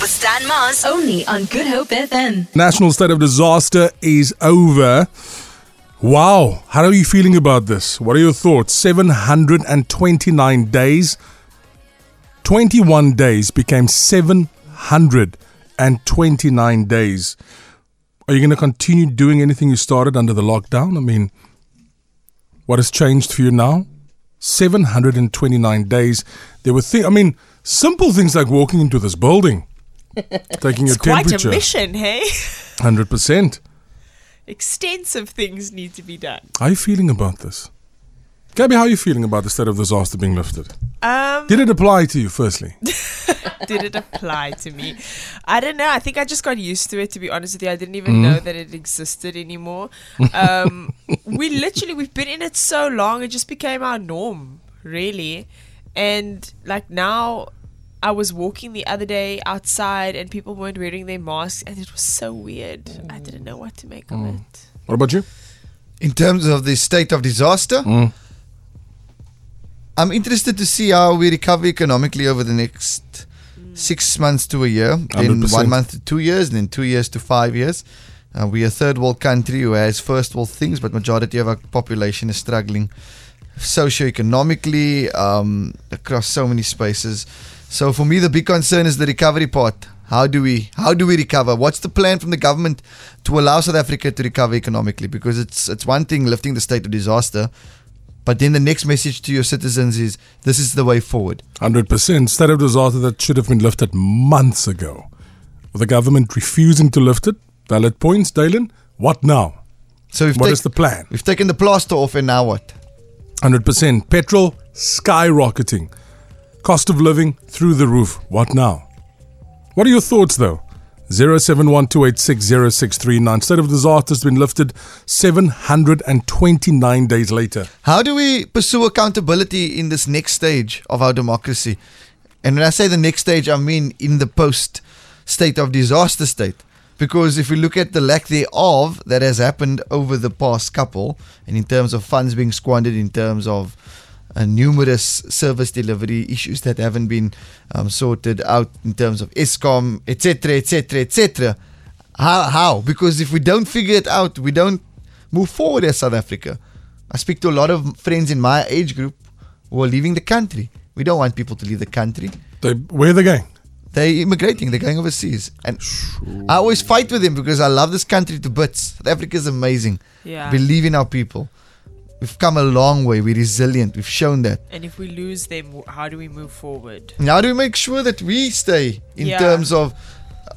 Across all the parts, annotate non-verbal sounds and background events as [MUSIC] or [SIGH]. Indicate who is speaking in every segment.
Speaker 1: with Stan Mars.
Speaker 2: Only on Good Hope FM.
Speaker 3: National state of disaster is over. Wow, how are you feeling about this? What are your thoughts? 729 days. 21 days became 729 days. Are you going to continue doing anything you started under the lockdown? I mean, what has changed for you now? 729 days. There were things, I mean, simple things like walking into this
Speaker 4: [LAUGHS]
Speaker 3: building, taking your
Speaker 4: It's quite a
Speaker 3: temperature.
Speaker 4: mission, hey? [LAUGHS]
Speaker 3: 100%.
Speaker 4: Extensive things need to be done.
Speaker 3: How are you feeling about this? Gabby, how are you feeling about the state of disaster being lifted?
Speaker 4: Um,
Speaker 3: Did it apply to you, firstly?
Speaker 4: did it apply to me? I don't know. I think I just got used to it. To be honest with you, I didn't even know that it existed anymore. Um, [LAUGHS] we literally we've been in it so long; it just became our norm, really. And like now, I was walking the other day outside, and people weren't wearing their masks, and it was so weird. I didn't know what to make of it.
Speaker 3: What about you?
Speaker 5: in terms of the state of disaster. I'm interested to see how we recover economically over the next six months to a year, then
Speaker 3: 100%.
Speaker 5: one month to two years, and then two years to five years. Uh, we are a third world country who has first world things, but majority of our population is struggling socioeconomically um, across so many spaces. So for me, the big concern is the recovery part. How do we how do we recover? What's the plan from the government to allow South Africa to recover economically? Because it's it's one thing lifting the state of disaster, but then the next message to your citizens is this is the way forward.
Speaker 3: 100%. State of disaster that should have been lifted months ago. With the government refusing to lift it, valid points, Dalen. What now?
Speaker 5: So we've,
Speaker 3: What
Speaker 5: tak-
Speaker 3: is the plan?
Speaker 5: we've taken the plaster off, and now what?
Speaker 3: 100%. Petrol skyrocketing. Cost of living through the roof. What now? What are your thoughts though? 0712860639. State of disaster has been lifted 729 days later.
Speaker 5: How do we pursue accountability in this next stage of our democracy? And when I say the next stage, I mean in the post state of disaster state. Because if we look at the lack thereof that has happened over the past couple, and in terms of funds being squandered, in terms of uh, numerous service delivery issues that haven't been um, sorted out, in terms of ESCOM, etc., etc., etc., how? How? Because if we don't figure it out, we don't move forward as South Africa. I speak to a lot of friends in my age group who are leaving the country. We don't want people to leave the country.
Speaker 3: They, where are they going?
Speaker 5: They're immigrating, they're going overseas. And I always fight with them because I love this country to bits. South Africa is amazing.
Speaker 4: Yeah.
Speaker 5: Believe in our people. We've come a long way. We're resilient. We've shown that.
Speaker 4: And if we lose them, w- how do we move forward?
Speaker 5: Now, do we make sure that we stay in
Speaker 4: Yeah.
Speaker 5: terms of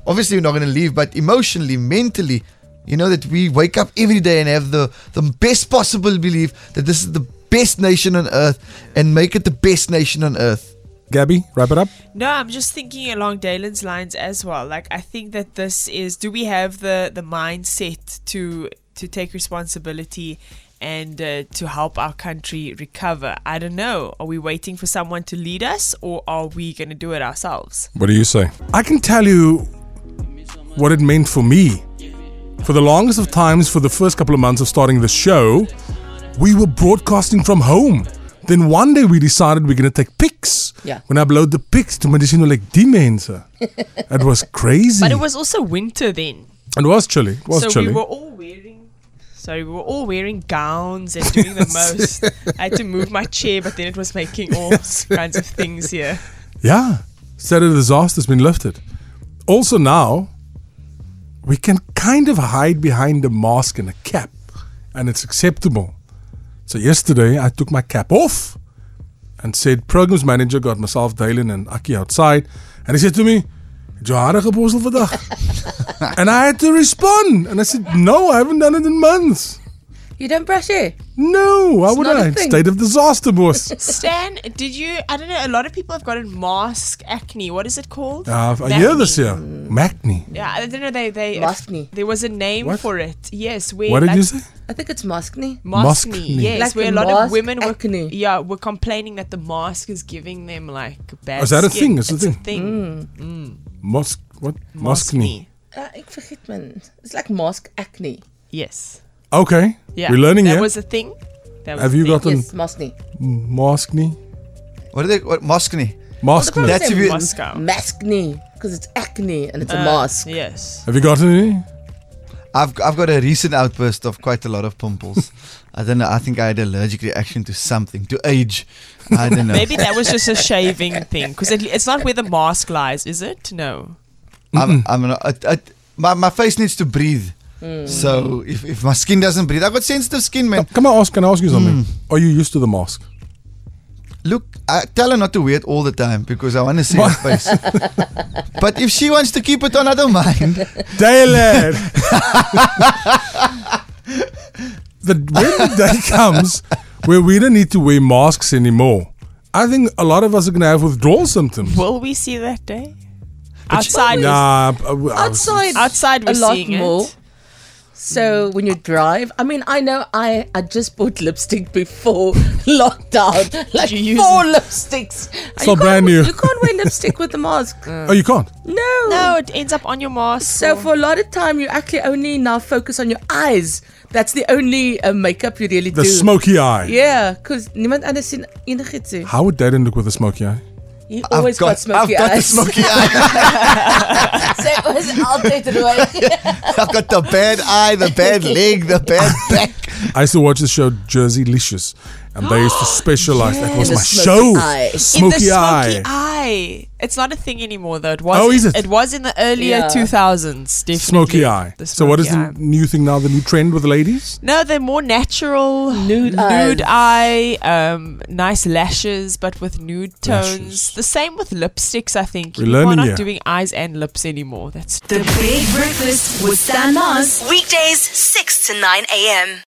Speaker 5: obviously we're not going to leave, but emotionally, mentally, you know, that we wake up every day and have the, the best possible belief that this is the best nation on earth and make it the best nation on earth.
Speaker 3: Gabby, wrap it up.
Speaker 4: No, I'm just thinking along Dalen's lines as well. Like I think that this is do we have the the mindset to to take responsibility and uh, to help our country recover? I don't know. Are we waiting for someone to lead us or are we going to do it ourselves?
Speaker 3: What do you say? I can tell you what it meant for me. For the longest of times, for the first couple of months of starting the show, we were broadcasting from home. Then one day we decided we're going to take pics.
Speaker 6: Yeah.
Speaker 3: When I upload the pics to Medicino like die mense. It was crazy.
Speaker 4: [LAUGHS] But it was also winter then.
Speaker 3: It was chilly. It was
Speaker 4: so
Speaker 3: chilly.
Speaker 4: we were all wearing sorry, we were all wearing gowns and doing the most. I had to move my chair, but then it was making all kinds of things here.
Speaker 3: Yeah. State of disaster's been lifted. Also now, we can kind of hide behind a mask and a cap, and it's acceptable. So yesterday I took my cap off and said programs manager got myself Dylan and Aki outside and he said to me, Johara geposel
Speaker 6: [LAUGHS]
Speaker 3: vandag. and I had to respond. And I said, No, I haven't done it in months.
Speaker 6: You don't brush hair.
Speaker 3: No, why would
Speaker 6: not a
Speaker 3: I?
Speaker 6: thing.
Speaker 3: State of disaster,
Speaker 6: [LAUGHS]
Speaker 3: boss.
Speaker 4: Stan, did you? I don't know. A lot of people have gotten mask acne. What is it called?
Speaker 3: Uh, a year this
Speaker 4: Acne.
Speaker 3: year. Macne.
Speaker 4: Yeah, I don't know. They they
Speaker 6: Maskne.
Speaker 4: There was a name
Speaker 3: What?
Speaker 4: for it. Yes, where
Speaker 3: What did
Speaker 4: like,
Speaker 3: you say?
Speaker 6: I think it's maskne.
Speaker 4: Maskne.
Speaker 3: Maskne.
Speaker 4: Yes,
Speaker 6: Like
Speaker 4: where a
Speaker 6: the
Speaker 4: lot of
Speaker 6: mask
Speaker 4: women were
Speaker 6: acne.
Speaker 4: yeah were complaining that the mask is giving them like bad.
Speaker 3: Is that a
Speaker 4: skin.
Speaker 3: thing? Is it a
Speaker 4: It's
Speaker 3: thing?
Speaker 6: Mm.
Speaker 3: Mosque. What? Moskne.
Speaker 4: Maskne.
Speaker 6: Uh, ek vergeet man. It's like mask acne.
Speaker 4: Yes.
Speaker 3: Okay.
Speaker 4: Yeah.
Speaker 3: We're learning
Speaker 4: That
Speaker 3: here.
Speaker 4: was a thing. That was
Speaker 3: Have
Speaker 4: a
Speaker 3: you
Speaker 4: thing.
Speaker 3: got a
Speaker 6: Yes, maskne.
Speaker 3: maskne?
Speaker 5: What are they? What, Moskne.
Speaker 3: Mask
Speaker 6: Well, the
Speaker 3: me.
Speaker 5: That's if you-
Speaker 6: problem is
Speaker 4: Moscow.
Speaker 6: Mask knee because it's acne and it's a
Speaker 4: Uh,
Speaker 6: mask.
Speaker 4: Yes.
Speaker 3: Have you got any?
Speaker 5: I've I've got a recent outburst of quite a lot of
Speaker 4: [LAUGHS]
Speaker 5: pimples. I don't know. I think I had allergic reaction to something, to age. I don't know.
Speaker 4: Maybe that was just a shaving thing because it's not where the mask lies, is it? No.
Speaker 5: I'm, I'm not, I, I, my my face needs to breathe.
Speaker 4: Hmm.
Speaker 5: So if, if my skin doesn't breathe, I've got sensitive skin, man.
Speaker 3: Come on, ask. Can I ask you something? Hmm. Are you used to the mask?
Speaker 5: Look, I tell her not to wear it all the time because I want to see her face. [LAUGHS] but if she wants to keep it on, I don't mind.
Speaker 3: Dayland. [LAUGHS] the when the [LAUGHS] day comes where we don't need to wear masks anymore, I think a lot of us are going to have withdrawal symptoms.
Speaker 4: Will we see that day? Outside.
Speaker 3: Nah, I- I was-
Speaker 6: outside,
Speaker 4: Outside we're
Speaker 6: a lot
Speaker 4: seeing it.
Speaker 6: more. So when you drive, I mean, I know I I just bought lipstick before [LAUGHS] lockdown, like
Speaker 4: you use
Speaker 6: four lipsticks. It's
Speaker 3: all brand new.
Speaker 6: You can't wear lipstick with the mask.
Speaker 4: [LAUGHS]
Speaker 3: Oh, you can't.
Speaker 6: No.
Speaker 4: No, it ends up on your mask.
Speaker 6: So for a lot of time, you actually only now focus on your eyes. That's the only uh, makeup you really
Speaker 3: The
Speaker 6: do.
Speaker 3: smoky eye.
Speaker 6: Yeah, because niemand anders sien enigiets nie.
Speaker 3: How would Dayland look with a smoky eye?
Speaker 6: He [LAUGHS] always got, smoky
Speaker 5: I've got the
Speaker 6: eyes.
Speaker 5: [LAUGHS] smoky eye.
Speaker 6: Sy is altyd rooi.
Speaker 5: I've got the bad eye, the
Speaker 6: [LAUGHS]
Speaker 5: bad leg, the bad back.
Speaker 3: I used to watch the show Jersey Licious, and they
Speaker 4: [GASPS]
Speaker 3: used to specialize. that was
Speaker 6: The
Speaker 3: my
Speaker 6: smoky
Speaker 3: show.
Speaker 6: eye.
Speaker 3: The
Speaker 4: in
Speaker 3: Smoky,
Speaker 4: the smoky
Speaker 3: eye.
Speaker 4: eye. It's not a thing anymore, though. It was.
Speaker 3: Oh, is it?
Speaker 4: It was in the earlier
Speaker 6: Yeah.
Speaker 4: 2000s. Definitely.
Speaker 3: Smoky eye.
Speaker 4: The
Speaker 3: so, what is
Speaker 4: smoky eye.
Speaker 3: the new thing now? The new trend with the ladies?
Speaker 4: No, they're more natural.
Speaker 6: Nude
Speaker 4: nude eye, um, nice lashes, but with nude tones.
Speaker 3: Lashes.
Speaker 4: The same with lipsticks, I think.
Speaker 3: We're
Speaker 4: People are
Speaker 3: learning
Speaker 4: not
Speaker 3: here.
Speaker 4: doing eyes and lips anymore. That's
Speaker 2: The Big Breakfast with Stan Mars. Weekdays, 6 to 9 a.m.